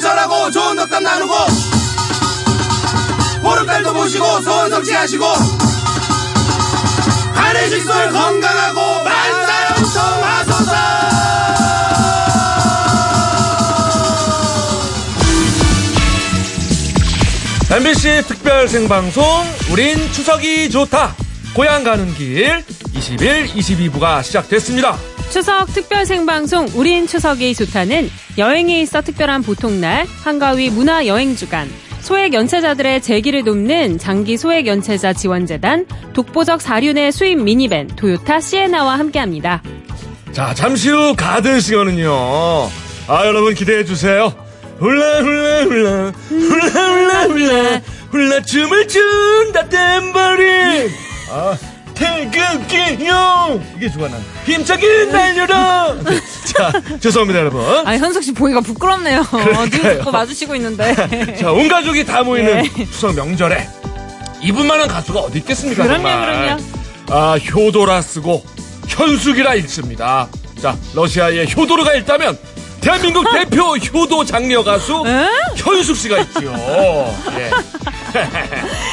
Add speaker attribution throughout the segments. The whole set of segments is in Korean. Speaker 1: 설하고 좋은 덕담 나누고 보름달도 보시고 소원 성취하시고 한해 식솔 건강하고 만사형통하소서
Speaker 2: MBC 특별 생방송 우린 추석이 좋다 고향 가는 길 20일 22부가 시작됐습니다
Speaker 3: 추석 특별 생방송 우린 추석이 좋다는 여행에 있어 특별한 보통날 한가위 문화 여행 주간 소액 연체자들의 재기를 돕는 장기 소액 연체자 지원재단 독보적 사륜의 수입 미니밴 토요타 시에나와 함께합니다.
Speaker 2: 자 잠시 후 가든 싱어는요 아 여러분 기대해 주세요 훌라 훌라 훌라 훌라 훌라 훌라 훌라 춤을 춘다 댄버린 아 태극기요 이게 좋아나 힘차게 날려라 자 죄송합니다 여러분
Speaker 3: 아 현석 씨 보기가 부끄럽네요. 눈 자꾸 마주치고 있는데.
Speaker 2: 자, 온 가족이 다 모이는
Speaker 3: 네.
Speaker 2: 추석 명절에 이분만한 가수가 어디 있겠습니까?
Speaker 3: 그럼요,
Speaker 2: 정말.
Speaker 3: 그럼요.
Speaker 2: 아, 효도라 쓰고 현숙이라 읽습니다. 자, 러시아의 효도르가 있다면 대한민국
Speaker 3: 어?
Speaker 2: 대표 효도 장려 가수
Speaker 3: 에?
Speaker 2: 현숙 씨가 있죠. 예.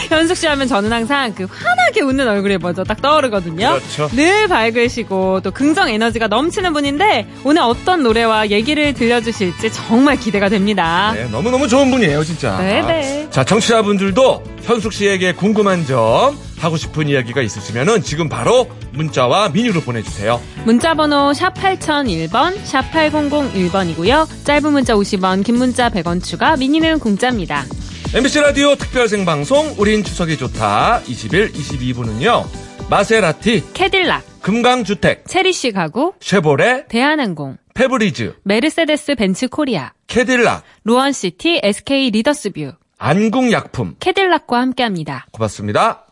Speaker 3: 현숙 씨 하면 저는 항상 그 환하게 웃는 얼굴이 먼저 딱 떠오르거든요.
Speaker 2: 그렇죠.
Speaker 3: 늘 밝으시고 또 긍정 에너지가 넘치는 분인데 오늘 어떤 노래와 얘기를 들려주실지 정말 기대가 됩니다.
Speaker 2: 네, 너무너무 좋은 분이에요, 진짜.
Speaker 3: 네네.
Speaker 2: 자, 청취자분들도 현숙 씨에게 궁금한 점, 하고 싶은 이야기가 있으시면은 지금 바로 문자와 미니로 보내주세요.
Speaker 3: 문자번호 샵 8001번, 샵 8001번이고요. 짧은 문자 50원, 긴 문자 100원 추가, 미니는 공짜입니다.
Speaker 2: MBC 라디오 특별 생방송 우린 추석이 좋다 20일 22부는요 마세라티
Speaker 3: 캐딜락,
Speaker 2: 금강주택
Speaker 3: 체리시 가구,
Speaker 2: 쉐보레
Speaker 3: 대한항공,
Speaker 2: 페브리즈
Speaker 3: 메르세데스 벤츠 코리아,
Speaker 2: 캐딜락
Speaker 3: 로원시티 SK 리더스뷰,
Speaker 2: 안국약품
Speaker 3: 캐딜락과 함께합니다.
Speaker 2: 고맙습니다